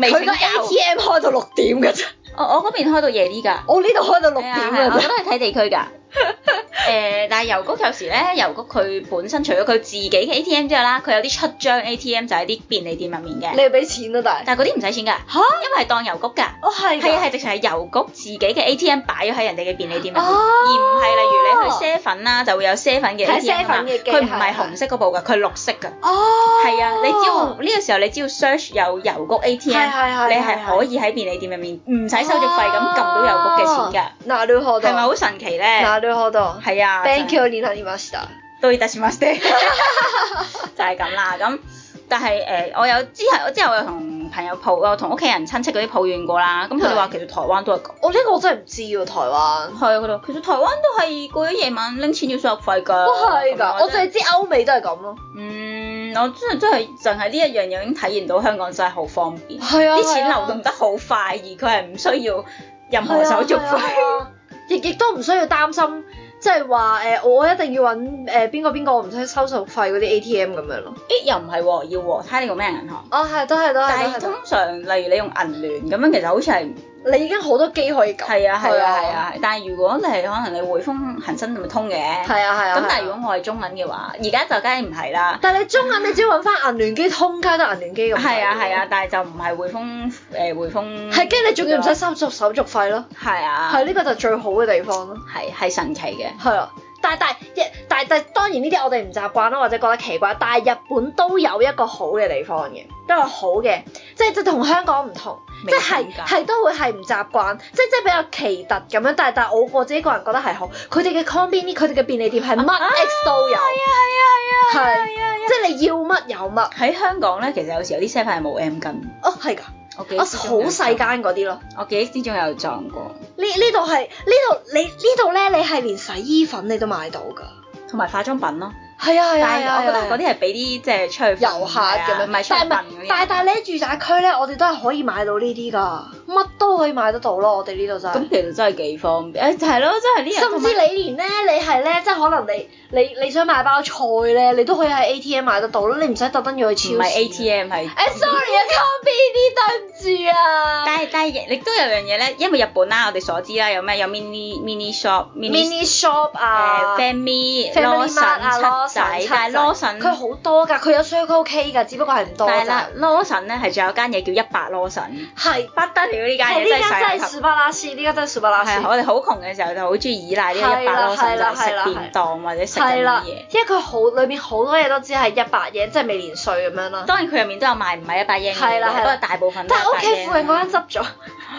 Speaker 1: 未
Speaker 2: 佢個
Speaker 1: 請教
Speaker 2: ATM 開到六點嘅啫，
Speaker 1: 我我嗰邊開到夜啲㗎，
Speaker 2: 我呢度開到六
Speaker 1: 係
Speaker 2: 點
Speaker 1: 啊係啊我
Speaker 2: 嘅
Speaker 1: 覺
Speaker 2: 啫。
Speaker 1: 得係睇地區㗎。 誒、但係郵局有時咧，郵局佢本身除咗佢自己嘅 ATM 之外啦，佢有啲出張 ATM 就喺啲便利店入面
Speaker 2: 你
Speaker 1: 嘅，
Speaker 2: 要俾錢咯，但係
Speaker 1: 啊但係嗰啲唔使錢㗎，
Speaker 2: 嚇，
Speaker 1: 因為係當郵局㗎。
Speaker 2: 我
Speaker 1: 係
Speaker 2: 係㗎
Speaker 1: 啊，係直情係郵局自己嘅 ATM 擺咗喺人哋嘅便利店入面，
Speaker 2: 哦
Speaker 1: 而唔係例如你去啡粉啦，就會有啡粉嘅
Speaker 2: 係
Speaker 1: ATM 㗎嘛
Speaker 2: 7-Eleven 嘅機
Speaker 1: 佢唔係
Speaker 2: 係
Speaker 1: 紅色嗰部㗎，佢係綠色㗎。
Speaker 2: 哦，
Speaker 1: 係啊，你只要呢個時候你只要 search 有郵局 ATM，
Speaker 2: 係係係
Speaker 1: 你係可以喺便利店入面唔使手續費咁撳到郵局嘅錢
Speaker 2: 㗎。なるほ
Speaker 1: 㗎，
Speaker 2: ど。
Speaker 1: 係咪好神奇咧？
Speaker 2: なるほど。
Speaker 1: 係啊
Speaker 2: 哦 Thank
Speaker 1: 真係
Speaker 2: you になりました。
Speaker 1: 都要得しま して，就係咁啦。咁但係誒、呃我有之後之後我有同朋友抱，我同屋企人親戚嗰啲抱怨過啦。咁佢哋話
Speaker 2: 係
Speaker 1: 其實台灣都係咁。
Speaker 2: 我呢個我真係唔知喎，台
Speaker 1: 係
Speaker 2: 灣。
Speaker 1: 啊，佢哋話其實台灣都係過咗夜晚拎錢要手續費㗎。
Speaker 2: 都係
Speaker 1: 咁
Speaker 2: 㗎，哦我
Speaker 1: 真
Speaker 2: 淨係知歐美都係咁咯。
Speaker 1: 嗯，我真係真係淨係呢一樣嘢已經體現到香港真係好方便。
Speaker 2: 係啊，
Speaker 1: 啲錢
Speaker 2: 係啊
Speaker 1: 流動得好快，而佢係唔需要任何手續
Speaker 2: 係啊
Speaker 1: 費。
Speaker 2: 係啊亦亦都唔需要擔心，即係話誒，我一定要揾誒邊個邊個，我唔使收手續費嗰啲 ATM 咁樣咯。
Speaker 1: 誒又唔係喎，要喎，睇下你用咩銀行。
Speaker 2: 啊哦，係都係都
Speaker 1: 但係
Speaker 2: 係都
Speaker 1: 通
Speaker 2: 係。
Speaker 1: 常例如你用銀聯咁樣，其實好似係
Speaker 2: 你已經好多機可以撳。
Speaker 1: 係啊係啊係啊，但係如果你係可能你匯豐恒生咪通嘅，咁
Speaker 2: 係啊係啊。
Speaker 1: 但係
Speaker 2: 係
Speaker 1: 如
Speaker 2: 啊
Speaker 1: 果我係中文嘅話，而家就梗係唔係啦。
Speaker 2: 但係你中文你只要揾翻銀聯機，通街都銀聯機咁。
Speaker 1: 係啊係啊，。但係就唔係匯豐誒匯豐。
Speaker 2: 係，跟住你仲要唔使收手續費咯。
Speaker 1: 係啊。
Speaker 2: 係呢個就係最好嘅地方咯。
Speaker 1: 係係神奇嘅。
Speaker 2: 係啊，但係但係但係但係當然呢啲我哋唔習慣啦，或者覺得奇怪。但係日本都有一個好嘅地方嘅，都有好嘅，即係即係同香港唔同，
Speaker 1: 未
Speaker 2: 即係
Speaker 1: 見過
Speaker 2: 係都會係唔習慣，即係即係比較奇特咁樣。但係但係我我自己個人覺得係好，佢哋嘅 convenience，佢哋嘅便利店係乜 X 都有，
Speaker 1: 係啊係啊係啊
Speaker 2: 係即係你要乜有乜。
Speaker 1: 喺香港咧，其實有時有啲 set 係冇 M 巾，
Speaker 2: 哦，係㗎，
Speaker 1: 我記
Speaker 2: 我
Speaker 1: 憶之中
Speaker 2: 啊好
Speaker 1: 有
Speaker 2: 細間嗰啲
Speaker 1: 撞，
Speaker 2: 咯。
Speaker 1: 我記憶之中有撞過，
Speaker 2: 呢呢度係呢度你呢度咧，你係連洗衣粉你都買到㗎。
Speaker 1: 同埋化妝品咯。
Speaker 2: 係啊係啊
Speaker 1: 但
Speaker 2: 係
Speaker 1: 係
Speaker 2: 啊！
Speaker 1: 我覺得
Speaker 2: 係啊
Speaker 1: 嗰啲係俾啲即係啊出去
Speaker 2: 遊客咁樣，
Speaker 1: 唔係出去
Speaker 2: 但係
Speaker 1: 瞓
Speaker 2: 唔
Speaker 1: 嗰啲。啊
Speaker 2: 但係但係你喺住宅區咧，我哋都係可以買到呢啲㗎，乜都可以買得到咯。我哋呢度真
Speaker 1: 咁
Speaker 2: 係，
Speaker 1: 其實真係幾方便，誒係咯，真係呢樣。
Speaker 2: 甚至你連咧，你係咧，即係可能你你你想買包菜咧，你都可以喺 ATM 買得到咯，你唔使特登要去超市。
Speaker 1: 唔係 ATM 係。
Speaker 2: 誒，sorry 啊，Conby 啲對唔住啊。
Speaker 1: 但係但係亦都有樣嘢咧，因為日本啦，我哋所知啦，有咩有 mini mini shop、mini
Speaker 2: mini shop 啊
Speaker 1: 誒 family、
Speaker 2: Family Mart 啊
Speaker 1: Lawson 七仔，
Speaker 2: Lawson
Speaker 1: 但係
Speaker 2: 七仔
Speaker 1: Lawson
Speaker 2: 佢好多㗎，佢有 Circle K 㗎，只不過係唔多
Speaker 1: 但係
Speaker 2: 咋
Speaker 1: 啦。，Lawson 咧係仲有間嘢叫一百 Lawson，
Speaker 2: 係
Speaker 1: 不得了呢間
Speaker 2: 係
Speaker 1: 嘢
Speaker 2: 呢
Speaker 1: 真
Speaker 2: 間
Speaker 1: 係
Speaker 2: 真
Speaker 1: 世
Speaker 2: 係
Speaker 1: 級。
Speaker 2: super 拉斯，呢間真係 super 拉斯。
Speaker 1: 係啊，我哋好窮嘅時候就好中意依賴呢一百 Lawson
Speaker 2: 係
Speaker 1: 就
Speaker 2: 啦係啦
Speaker 1: 係
Speaker 2: 係啦
Speaker 1: 食便當或者食緊
Speaker 2: 係
Speaker 1: 啲
Speaker 2: 啦，
Speaker 1: 嘢。
Speaker 2: 因為佢好裏面好多嘢都只係一百嘢，即係未連税咁樣啦。
Speaker 1: 當然佢入面都有賣唔係一百 yen
Speaker 2: 係
Speaker 1: 嘅
Speaker 2: 啦
Speaker 1: 嘢，
Speaker 2: 係啦
Speaker 1: 不過大部分都
Speaker 2: 但係
Speaker 1: 係
Speaker 2: 屋企附近嗰間執咗，
Speaker 1: 間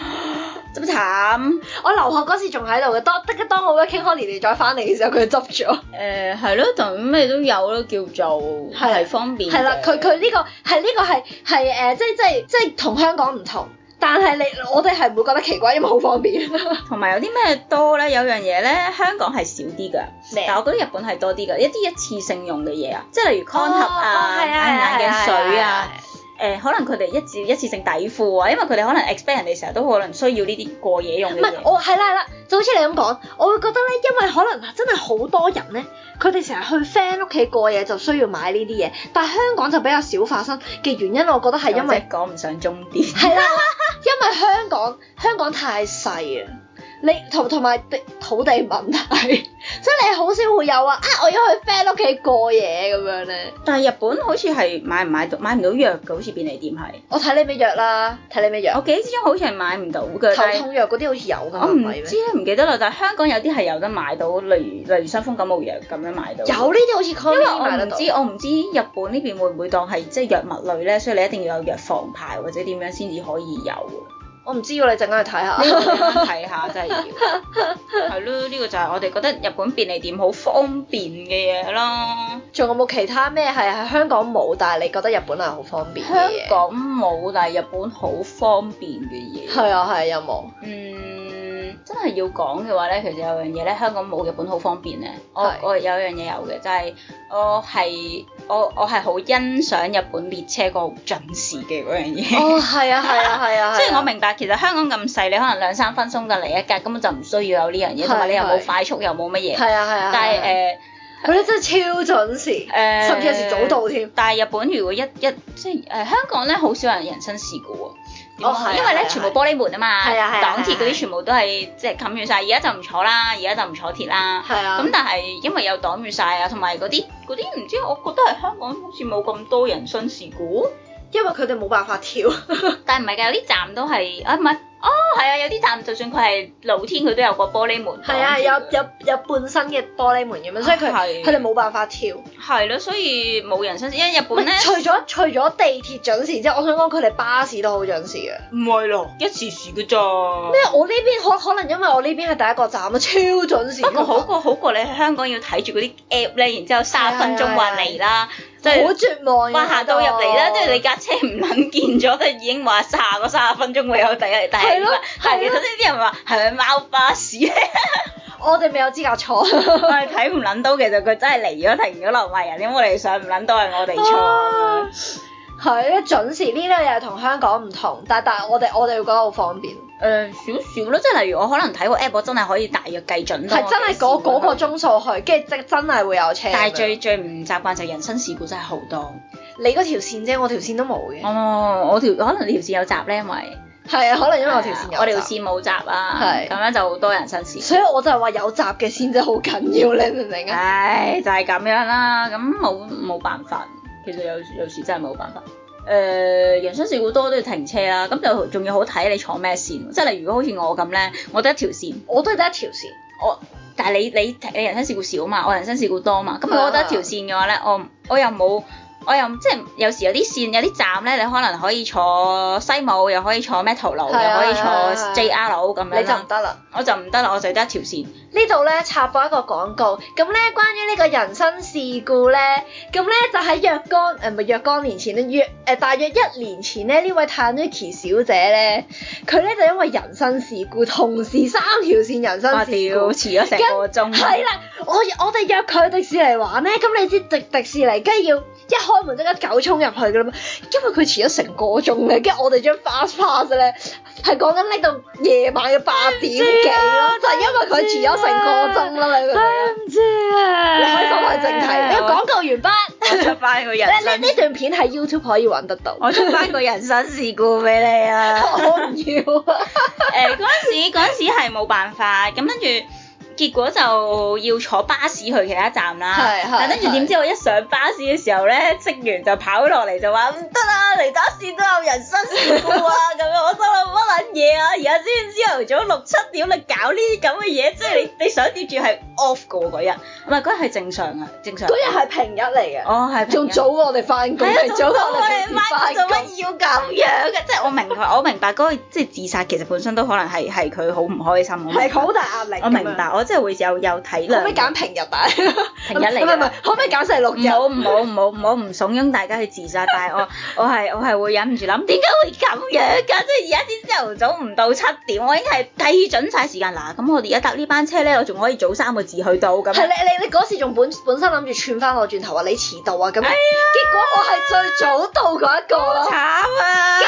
Speaker 1: 咁慘。
Speaker 2: 我留學嗰時仲喺度嘅。當得當我 working holiday 再翻嚟嘅時候，佢就執咗。
Speaker 1: 誒係咯，就咩都有咯，叫做
Speaker 2: 係
Speaker 1: 係方便嘅。
Speaker 2: 係啦，佢佢呢個係呢個係係誒，即係即係即係同香港唔同，但係你我哋係唔會覺得奇怪，因為好方便。
Speaker 1: 同埋有啲 咩多咧？有樣嘢咧，香港係少啲㗎，
Speaker 2: 咩
Speaker 1: 但我覺得日本係多啲㗎。一啲一次性用嘅嘢啊，即係例如 con 盒
Speaker 2: 哦
Speaker 1: 啊、
Speaker 2: 係
Speaker 1: 眼眼嘅水啊，，
Speaker 2: 係係係係係
Speaker 1: 誒、可能佢哋一次一次性底褲啊，因為佢哋可能 expect 人哋成日都可能需要呢啲過夜用
Speaker 2: 唔
Speaker 1: 嘅
Speaker 2: 係，
Speaker 1: 嘢。
Speaker 2: 我係啦係啦，就好似你咁講，我會覺得咧，因為可能真係好多人咧，佢哋成日去 friend 屋企過夜就需要買呢啲嘢，但係香港就比較少發生嘅原因，我覺得係因
Speaker 1: 或者
Speaker 2: 為
Speaker 1: 講唔上終點。
Speaker 2: 係啦，因為香港香港太細啊。你同同埋地土地問題，所以你好少會有啊！啊，我要去 friend 屋企過夜咁樣咧。
Speaker 1: 但係日本好似係買唔買到買唔到藥嘅，好似便利店係。
Speaker 2: 我睇你咩藥啦，睇你咩藥
Speaker 1: 我，記憶之中好似係買唔到嘅，但
Speaker 2: 頭
Speaker 1: 係
Speaker 2: 痛藥嗰啲好似有㗎
Speaker 1: 我
Speaker 2: 嘛，
Speaker 1: 唔
Speaker 2: 係咩
Speaker 1: 知啊咧，唔記得啦。但係香港有啲係有得買到，例如例如傷風感冒藥咁樣買到。
Speaker 2: 有呢啲好似 c o
Speaker 1: 因
Speaker 2: n
Speaker 1: 為
Speaker 2: v
Speaker 1: 我
Speaker 2: 買
Speaker 1: 唔
Speaker 2: 得到。
Speaker 1: 知我唔知日本呢邊會唔會當係即係藥物類咧，所以你一定要有藥房牌或者點樣先至可以有 啊。
Speaker 2: 我唔知喎，你陣間去睇下。
Speaker 1: 呢個我想睇下真係要。係咯，呢個就係我哋覺得日本便利店好方便嘅嘢啦。
Speaker 2: 仲有冇其他咩係喺香港冇，但係你覺得日本係好方便嘅
Speaker 1: 香
Speaker 2: 嘢？
Speaker 1: 港冇，但係日本好方便嘅嘢。
Speaker 2: 係啊係啊有冇？
Speaker 1: 嗯，真係要講嘅話咧，其實有樣嘢咧，香港冇日本好方便咧。我
Speaker 2: 係
Speaker 1: 我有樣嘢有嘅，就係、我係我我係好欣賞日本列車嗰個準時嘅嗰樣 嘢。
Speaker 2: 哦係啊係啊係啊！
Speaker 1: 雖然我
Speaker 2: 明
Speaker 1: 明白，其實香港咁細，你可能兩三分鐘就嚟一格，根本就唔需要有呢樣嘢，同埋你又
Speaker 2: 係
Speaker 1: 冇
Speaker 2: 係
Speaker 1: 快速，又冇乜嘢。
Speaker 2: 係啊係啊，
Speaker 1: 但係呃
Speaker 2: 係啊
Speaker 1: 誒
Speaker 2: 佢哋真係超準時，
Speaker 1: 誒，
Speaker 2: 甚至有時早到添。
Speaker 1: 但係日本如果一一即係誒、香港咧，好少人人身事故喎。點
Speaker 2: 哦
Speaker 1: 講
Speaker 2: 係啊
Speaker 1: 因為
Speaker 2: 係啊
Speaker 1: 咧全部玻璃門啊嘛，
Speaker 2: 係啊係啊
Speaker 1: 港鐵
Speaker 2: 係
Speaker 1: 嗰
Speaker 2: 啊
Speaker 1: 啲全部都係即係冚住晒。而家就唔坐啦，而家就唔坐鐵啦。
Speaker 2: 係啊
Speaker 1: 咁但係因為有擋住晒啊，同埋嗰啲嗰啲唔知，我覺得係香港好似冇咁多人身事故，
Speaker 2: 因為佢哋冇辦法跳。
Speaker 1: 但係唔係㗎，有啲站都係啊唔係，哦係啊，有啲站就算佢係露天，佢都有個玻璃門擋住
Speaker 2: 係啊，有
Speaker 1: 㗎
Speaker 2: 有有半身嘅玻璃門咁
Speaker 1: 啊
Speaker 2: 樣，所以佢
Speaker 1: 係
Speaker 2: 佢哋冇辦法跳。
Speaker 1: 係咯，所以冇人身事，因為日
Speaker 2: 唔係
Speaker 1: 本咧
Speaker 2: 除咗除咗地鐵準時之後，我想講佢哋巴士都好準時嘅。
Speaker 1: 唔係咯，一時時嘅咋。
Speaker 2: 因為我呢邊可可能因為我呢邊係第一個站啊，超準時㗎嘛。
Speaker 1: 不過好過好過你喺香港要睇住嗰啲 app 咧，然之後三十分鐘話嚟啦，即
Speaker 2: 啊好
Speaker 1: 係
Speaker 2: 絕望嘅
Speaker 1: 話下到入嚟啦，即係你
Speaker 2: 嗰度
Speaker 1: 架車唔撚見咗，都已經話下個三十分鐘會有第一第
Speaker 2: 係
Speaker 1: 二
Speaker 2: 咯
Speaker 1: 班。但係其
Speaker 2: 係
Speaker 1: 實
Speaker 2: 咯
Speaker 1: 呢啲人話係咪貓巴 士咧？
Speaker 2: 我哋未有資格坐。
Speaker 1: 我哋睇唔撚到，其實佢真係嚟咗停咗落埋人，因為我哋上唔撚到係我哋
Speaker 2: 啊
Speaker 1: 錯。
Speaker 2: 係準時呢兩嘢同香港唔同，但但係我哋我哋會覺得好方便，
Speaker 1: 誒、少少咯，即係例如我可能睇個 app，我真係可以大約計準到我啊幾時會
Speaker 2: 係
Speaker 1: 去。
Speaker 2: 真係嗰嗰個鐘數去，跟住即真係會有車咁樣。
Speaker 1: 但係最最唔習慣就係人身事故真係好多。
Speaker 2: 你嗰條線啫，我條線都冇嘅。
Speaker 1: 哦，我條可能你條線有閘咧，因為
Speaker 2: 係啊，可能因為我條線有
Speaker 1: 我哋條
Speaker 2: 閘
Speaker 1: 線冇閘啊，
Speaker 2: 係
Speaker 1: 咁樣就好多人新事。
Speaker 2: 所以我就係話有閘嘅線真係好緊要，你明唔明啊？
Speaker 1: 唉，就係、咁樣啦，咁冇冇辦法，其實有有時真係冇辦法。誒、人生事故多都要停車啦，咁就仲要好睇你坐咩線，即係例如如果好似我咁咧，我得一條線，
Speaker 2: 我都係得一條線，
Speaker 1: 我但係你你你人生事故少嘛，我人生事故多嘛，咁
Speaker 2: 啊
Speaker 1: 如果我得一條線嘅話咧，我我又冇。我又即係有時有啲線有啲站咧，你可能可以坐西武，又可以坐咩頭路，又
Speaker 2: 係啊
Speaker 1: 可以
Speaker 2: 係啊係啊
Speaker 1: 坐 JR 咁樣
Speaker 2: 你就
Speaker 1: 啦
Speaker 2: 唔。得啦。
Speaker 1: 我就唔得啦，我就得一條線。
Speaker 2: 呢度咧插播一個廣告，咁咧關於呢個人生事故咧，咁咧就喺若干呃誒唔係若干年前咧，約誒、呃大約一年前咧，呢位 Tanuki 小姐咧，佢咧就因為人生事故，同時三條線人
Speaker 1: 我
Speaker 2: 生
Speaker 1: 屌，
Speaker 2: 事故
Speaker 1: 遲。咗成個鐘。
Speaker 2: 係啦，我我哋約佢去迪士尼玩咧，咁你知迪迪士尼梗係要一開門即刻狗衝入去噶啦嘛，因為佢遲咗成個鐘咧，跟住我哋張 fast pass 咧係講緊拎到夜晚嘅八點幾咯，就係因為佢遲咗成個鐘啦，你明唔明啊？
Speaker 1: 唔知啊
Speaker 2: 你可以放翻正題，你個廣告
Speaker 1: 我
Speaker 2: 完畢。
Speaker 1: 出翻個人
Speaker 2: 呢
Speaker 1: 生
Speaker 2: 呢，呢段片喺 YouTube 可以揾得到。
Speaker 1: 我出翻個人生事故俾你啊！
Speaker 2: 我唔要啊！
Speaker 1: 呃誒嗰陣時 嗰陣時係冇辦法，咁跟住結果就要坐巴士去其他站啦。
Speaker 2: 係係
Speaker 1: 但跟住點知我一上巴士嘅時候咧，職員就跑落嚟就話唔得啦，嚟打線都有人身事故啊！咁樣我心諗乜撚嘢啊？而家先朝頭早六七點你搞呢啲咁嘅嘢，即係你你想吊住係 off 嘅喎嗰日，唔係嗰日係正常啊，正常。
Speaker 2: 嗰日係平日嚟嘅，
Speaker 1: 哦係平
Speaker 2: 仲
Speaker 1: 日
Speaker 2: 早過我哋翻工，係啊早過我哋平時
Speaker 1: 媽
Speaker 2: 翻
Speaker 1: 做
Speaker 2: 工。
Speaker 1: 乜要咁樣嘅？即係我明佢，我明白嗰個即係自殺，其實本身都可能係係佢好唔開心。我明白
Speaker 2: 係好大壓力。
Speaker 1: 我明白，。我真係會有有體
Speaker 2: 可唔
Speaker 1: 諒
Speaker 2: 可以。揀平日打？平
Speaker 1: 日嚟㗎
Speaker 2: 唔係唔係，可唔可以揀星期六
Speaker 1: 唔
Speaker 2: 日？
Speaker 1: 好唔好唔好唔好唔慫恿大家去自殺，但係我我係我係會忍唔住諗點解會咁樣㗎？即係而家先朝頭早唔到七點，我已經係計準晒時間嗱。咁我哋而家搭呢班車咧，我仲可以早三個字去到咁
Speaker 2: 係
Speaker 1: 樣。
Speaker 2: 你你你嗰時仲本本身諗住串翻我轉頭話你遲到啊咁，結
Speaker 1: 哎呀
Speaker 2: 果我係最早到嗰一個
Speaker 1: 好
Speaker 2: 咯
Speaker 1: 慘，啊！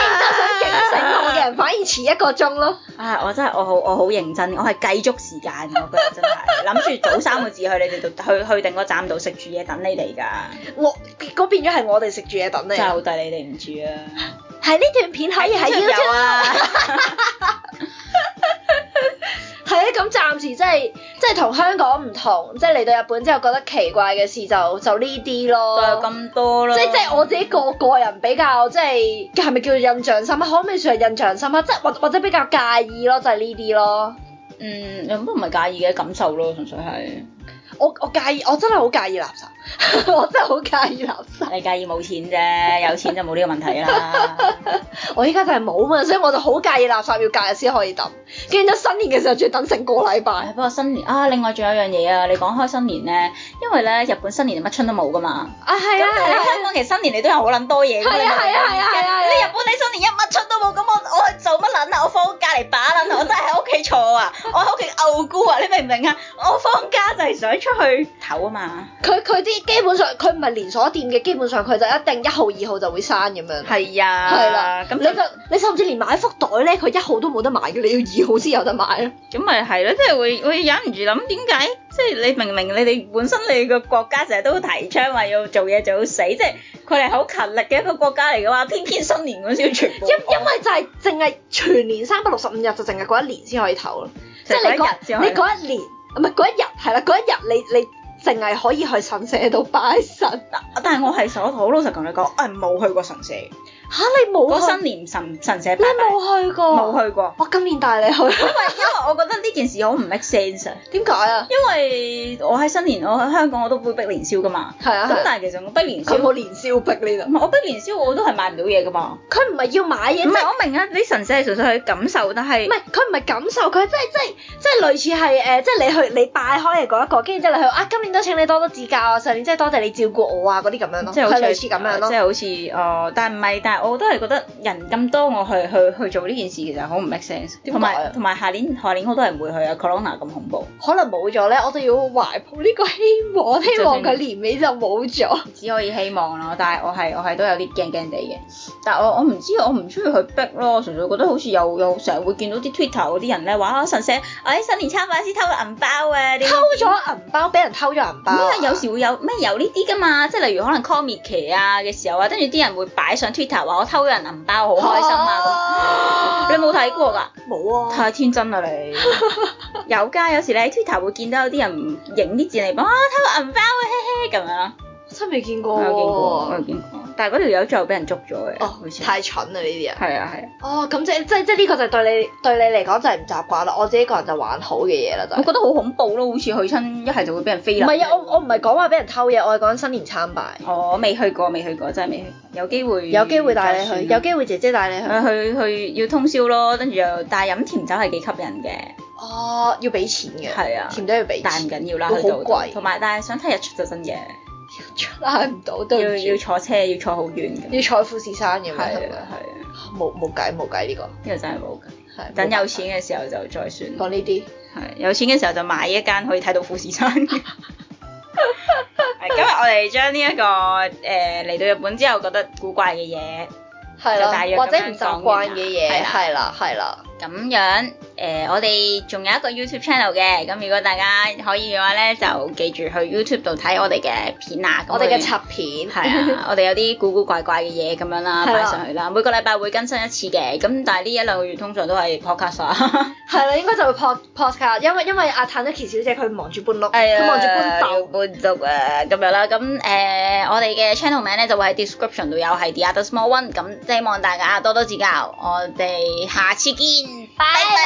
Speaker 2: 跟住之後想警醒我嘅人反而遲一個鐘咯。
Speaker 1: 啊！我真係我好我好認真，我係計足時間嘅，我覺得真 係諗住早三個字去你哋度去去定個站度食住嘢等你哋㗎，
Speaker 2: 我結果變咗係我哋食住嘢等你。啊哎
Speaker 1: 真係好對你哋唔住啊！
Speaker 2: 係呢段片可以喺
Speaker 1: 真係有
Speaker 2: YouTube。
Speaker 1: 啊！
Speaker 2: 係啊，咁暫時即係即係同香港唔同，即係嚟到日本之後覺得奇怪嘅事就就呢啲
Speaker 1: 就
Speaker 2: 咯。
Speaker 1: 係咁多啦。
Speaker 2: 即即係我自己個個人比較即係係咪叫做印象深刻？可唔可以算係印象深刻？即係或或者比較介意咯，就係呢啲咯。
Speaker 1: 嗯，咁都唔係介意嘅感受咯，純粹係
Speaker 2: 我我介意，我真係好介意垃圾， 我真係好介意垃圾。
Speaker 1: 你介意冇錢 啫，有錢就冇呢個問題啦。
Speaker 2: 我依家就係冇嘛，所以我就好介意垃圾要隔日先可以抌。跟住新年嘅時候仲要等成個禮
Speaker 1: 唉
Speaker 2: 拜。
Speaker 1: 不過新年啊，另外仲有一樣嘢啊，你講開新年咧，因為咧日本新年乜春都冇㗎嘛。
Speaker 2: 啊
Speaker 1: 咁
Speaker 2: 係啊
Speaker 1: 但係
Speaker 2: 係
Speaker 1: 你香
Speaker 2: 啊
Speaker 1: 港其實新年你都有好撚多嘢㗎嘛
Speaker 2: 係啊
Speaker 1: 你明
Speaker 2: 係啊
Speaker 1: 唔明
Speaker 2: 係啊係啊
Speaker 1: 你日本你新年一乜春都冇，咁我我去做乜撚啊？我放假嚟把撚啊，我真係喺屋企坐 啊，我喺屋企漚菇啊，你明唔明啊？我放假就係想出去唞啊嘛。
Speaker 2: 佢佢啲基本上佢唔係連鎖店嘅，基本上佢就一定一號二號就會閂咁樣。
Speaker 1: 係啊
Speaker 2: 係啦，
Speaker 1: 咁
Speaker 2: 你就你甚至連買福袋咧，佢一號都冇得買嘅，你要二號先有得買咯。
Speaker 1: 咁咪係咯，即係會會忍唔住諗點解，即係你明明你哋本身你個國家成日都提倡話要做嘢就要死，即係佢哋好勤力嘅一個國家嚟嘅話，偏偏新年嗰時要全部
Speaker 2: 因因為就係淨係全年三百六十五日就淨係嗰一年先可以唞咯，即
Speaker 1: 就
Speaker 2: 係你
Speaker 1: 嗰一日先
Speaker 2: 嗰
Speaker 1: 可以
Speaker 2: 你嗰一年唔係嗰一日係啦，嗰一日你你淨係可以去神社度拜神
Speaker 1: 嗱但係我係我好老實同你講，我係冇去過神社，
Speaker 2: 吓，你冇
Speaker 1: 嗰
Speaker 2: 去
Speaker 1: 新年神神社拜
Speaker 2: 你
Speaker 1: 拜
Speaker 2: 冇去過
Speaker 1: 啊冇去過，
Speaker 2: 我今年帶你去，
Speaker 1: 因為因為我覺得呢件事好唔 make sense 啊，
Speaker 2: 點解啊？
Speaker 1: 因為我喺新年我喺香港我都會逼年宵噶嘛，
Speaker 2: 係啊
Speaker 1: 咁
Speaker 2: 係啊，
Speaker 1: 但係其實我逼年宵，
Speaker 2: 佢
Speaker 1: 唔
Speaker 2: 冇年宵逼呢度，
Speaker 1: 係我逼年宵我都係買唔到嘢噶嘛，
Speaker 2: 佢唔係要買嘢，
Speaker 1: 唔
Speaker 2: 即係
Speaker 1: 係我明啊，你神社係純粹係感受，但係
Speaker 2: 唔係佢唔係感受，佢即係即係即係類似係誒、呃即係你去你拜開嘅嗰一個，跟住之後你去啊，今年都請你多多指教啊，上年真係多謝你照顧我啊嗰啲咁樣咯，
Speaker 1: 即係
Speaker 2: 係
Speaker 1: 好似呃
Speaker 2: 類似咁樣咯
Speaker 1: 即。係好似哦，但係唔係，但係我都係覺得人咁多，我去去去做呢件事其實好唔 make sense。
Speaker 2: 點解啊
Speaker 1: 同埋同埋下年下年好多人會去啊，corona 咁恐怖，
Speaker 2: 可能冇咗咧，我哋要懷抱呢個希望，希望佢年尾就冇咗。
Speaker 1: 只可以希望咯。但係我係我係都有啲驚驚地嘅，但係我我唔知我唔中意去逼咯，我純粹覺得好似有有成日會見到啲 Twitter 嗰啲人咧話啊神社，我喺新年餐飯先偷銀包啊，點
Speaker 2: 偷咗銀包，俾人偷咗銀包啊。
Speaker 1: 因為有時會有咩有呢啲噶嘛，即係例如可能 call me 期啊嘅時候啊，跟住啲人會擺上 Twitter 話我偷咗人銀包，好開心啊咁。 你冇睇過㗎？
Speaker 2: 冇啊，
Speaker 1: 太天真啦你！ 有㗎，有時你喺 Twitter 會見到有啲人影啲字嚟講啊，睇個銀包啊，嘿嘿咁樣咯。
Speaker 2: 真未啊見過
Speaker 1: 我有見過，我有
Speaker 2: 喎。
Speaker 1: 見過，但係嗰條友最後俾人捉咗嘅。
Speaker 2: 哦
Speaker 1: 好似，係
Speaker 2: 太蠢啦呢啲人。
Speaker 1: 啊係啊，
Speaker 2: 哦，咁即即即呢個就對你對你嚟講就係唔習慣啦。我自己個人就玩好嘅嘢啦，就
Speaker 1: 我
Speaker 2: 係。
Speaker 1: 覺得好恐怖咯，好似去親一係就會俾人飛
Speaker 2: 唔
Speaker 1: 啦。
Speaker 2: 係啊，我我唔係講話俾人偷嘢，我係講新年參拜，
Speaker 1: 我哦未去過，未去過，真係未去過。有機會
Speaker 2: 有機會帶
Speaker 1: 再
Speaker 2: 你去，
Speaker 1: 算
Speaker 2: 有機會姐姐帶你去。
Speaker 1: 啊去去要通宵咯，跟住又但係飲甜酒係幾吸引嘅，
Speaker 2: 哦，要俾錢嘅，
Speaker 1: 係啊
Speaker 2: 甜都要俾
Speaker 1: 但係唔
Speaker 2: 錢，
Speaker 1: 緊要啦，
Speaker 2: 會
Speaker 1: 去到
Speaker 2: 好貴
Speaker 1: 同埋但係想睇日出就真嘅，
Speaker 2: 拉唔到，對
Speaker 1: 要要
Speaker 2: 唔住，
Speaker 1: 坐車要坐好遠咁。
Speaker 2: 要財富是山咁樣，
Speaker 1: 係啊
Speaker 2: 係
Speaker 1: 係
Speaker 2: 咪
Speaker 1: 啊，
Speaker 2: 冇冇計冇計呢個，
Speaker 1: 呢個真係冇㗎。
Speaker 2: 係
Speaker 1: 等有。
Speaker 2: 冇
Speaker 1: 錢嘅時候就再算。
Speaker 2: 辦法講呢啲，
Speaker 1: 係有錢嘅時候就買一間可以睇到富士山 嘅。係今日我哋將呢一個誒嚟、到日本之後覺得古怪嘅嘢，
Speaker 2: 係
Speaker 1: 就大約
Speaker 2: 啦，
Speaker 1: 咁樣
Speaker 2: 或者唔習慣嘅嘢，
Speaker 1: 講
Speaker 2: 係啦係啦，
Speaker 1: 咁樣誒、我哋仲有一個 YouTube channel 嘅，咁如果大家可以嘅話咧，就記住去 YouTube 度睇我哋嘅片 啊。咁
Speaker 2: 我哋嘅
Speaker 1: 哋
Speaker 2: 插片
Speaker 1: 係 啊，我哋有啲古古怪怪嘅嘢咁樣啦，擺
Speaker 2: 係啦
Speaker 1: 上去啦。每個禮拜會更新一次嘅，咁但係呢一兩個月通常都係 podcast 啊。
Speaker 2: 係啦，應該就會 pod podcast，因為因為阿坦德奇小姐佢忙住搬屋，
Speaker 1: 係啊，
Speaker 2: 佢忙住搬竇，
Speaker 1: 搬竇啊咁樣啦。咁誒、我哋嘅 channel 名咧就會喺 description 度有，係 The Other Small One。咁希望大家多多指教，我哋下次見，拜拜。